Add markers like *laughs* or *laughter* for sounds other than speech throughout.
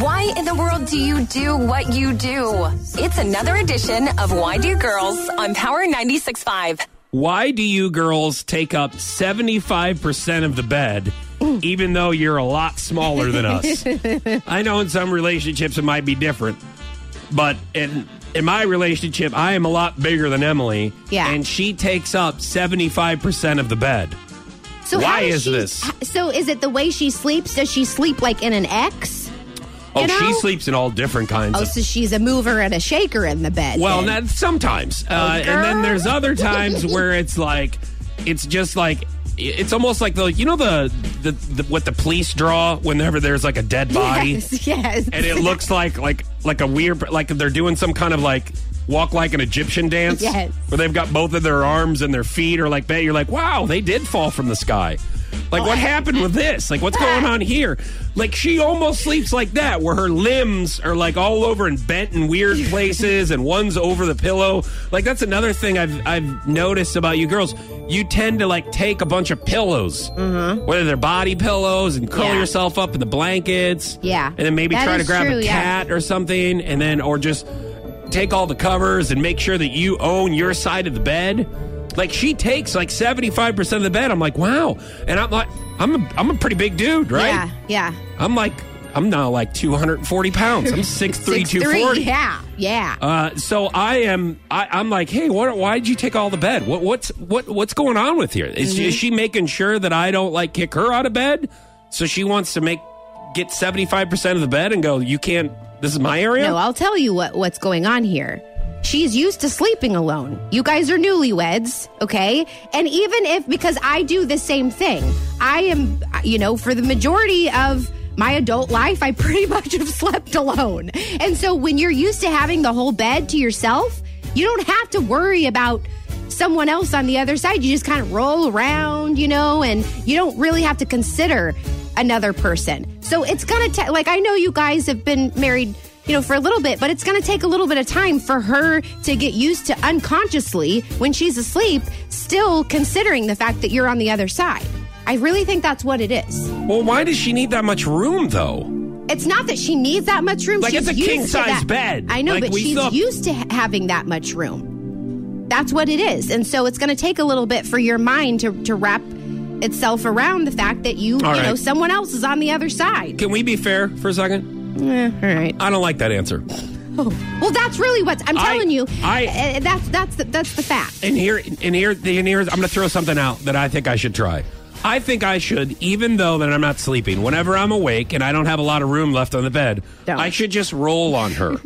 Why in the world do you do what you do? It's another edition of Why Do Girls on Power 96.5. Why do you girls take up 75% of the bed, even though you're a lot smaller than *laughs* us? I know in some relationships it might be different, but in, in my relationship, I am a lot bigger than Emily. Yeah. And she takes up 75% of the bed. So Why how does is she- this? h- So is it the way she sleeps? Does she sleep like in an X? Oh, You know? she sleeps in all different kinds Oh, of so she's a mover and a shaker in the bed. Well, then. Oh, that sometimes, uh, and then girl. there's other *laughs* times where it's like, it's just like, it's almost like the you know the, the the what the police draw whenever there's like a dead body, *laughs* yes, yes. and it looks like like like a weird like they're doing some kind of like walk like an Egyptian dance, Yes. where they've got both of their arms and their feet are like that. You're like, wow, they did fall from the sky. Like what happened with this? Like what's going on here? Like she almost sleeps like that, where her limbs are like all over and bent in weird places, and one's over the pillow. Like that's another thing I've I've noticed about you girls. You tend to like take a bunch of pillows, mm-hmm. whether they're body pillows, and curl Yeah. yourself up in the blankets. Yeah. And then maybe That try to is grab true, a yeah. cat or something and then or just take all the covers and make sure that you own your side of the bed. Like she takes like 75% of the bed. I'm like, "Wow." And I'm like I'm a, I'm a pretty big dude, right? Yeah, yeah. I'm like I'm now like 240 pounds. *laughs* I'm 6'3", 240. Yeah, yeah. Uh, so I am. I, I'm like, hey, what, why did you take all the bed? What, what's what what's going on with here? Is, she, is she making sure that I don't like kick her out of bed? So she wants to make get seventy five percent of the bed and go. You can't. This is my area. No, I'll tell you what what's going on here. She's used to sleeping alone. You guys are newlyweds, okay? And even if because I do the same thing. I am you know, for the majority of my adult life, I pretty *laughs* much have slept alone. And so when you're used to having the whole bed to yourself, you don't have to worry about someone else on the other side. You just kind of roll around, you know, and you don't really have to consider another person. So it's going to, ta- like, I know you guys have been married, you know, for a little bit, but it's going to take a little bit of time for her to get used to unconsciously when she's asleep, still considering the fact that you're on the other side. I really think that's what it is. well, why does she need that much room though? It's not that she needs that much room. Like, she's it's a used to king-size that- bed. I know, Like, but we she's thought- used to ha- having that much room. That's what it is, and so it's going to take a little bit for your mind to to wrap itself around the fact that you All you know right. someone else is on the other side. Can we be fair for a second? all right. I don't like that answer. Well, that's really what I'm I- telling you. I- uh, that's that's the, that's the fact. And here, and here, and here, I'm going to throw something out that I think I should try. I think I should, even though that I'm not sleeping, whenever I'm awake and I don't have a lot of room left on the bed, Don't. I should just roll on *laughs* her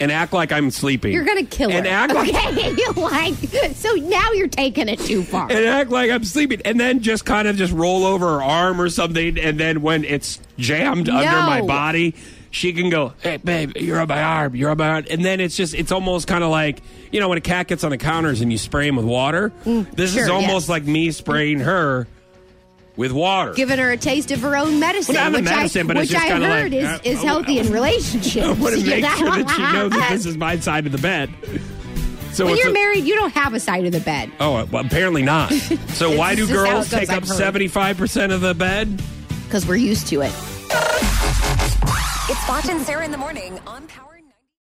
and act like I'm sleeping. You're going to kill her. And act like. okay, *laughs* you like so now you're taking it too far. And act like I'm sleeping, and then just kind of just roll over her arm or something, and then when it's jammed under my No. body, she can go, "Hey, babe, you're on my arm, you're on my arm," and then it's just, it's almost kind of like you know when a cat gets on the counters and you spray him with water. this is Mm, sure, almost yes. like me spraying her with water. giving her a taste of her own medicine, Well, not the which medicine, I, but it's which just I kinda heard like, is, uh, is oh, healthy in *laughs* *laughs* relationships. I want to You make know? sure that she knows that *laughs* this is my side of the bed. So when it's you're a- married, you don't have a side of the bed. Oh, well, apparently *laughs* not. So why do This is how it girls goes, take I've up heard. seventy five percent of the bed? because we're used to it. It's Foch and Sarah in the morning on Power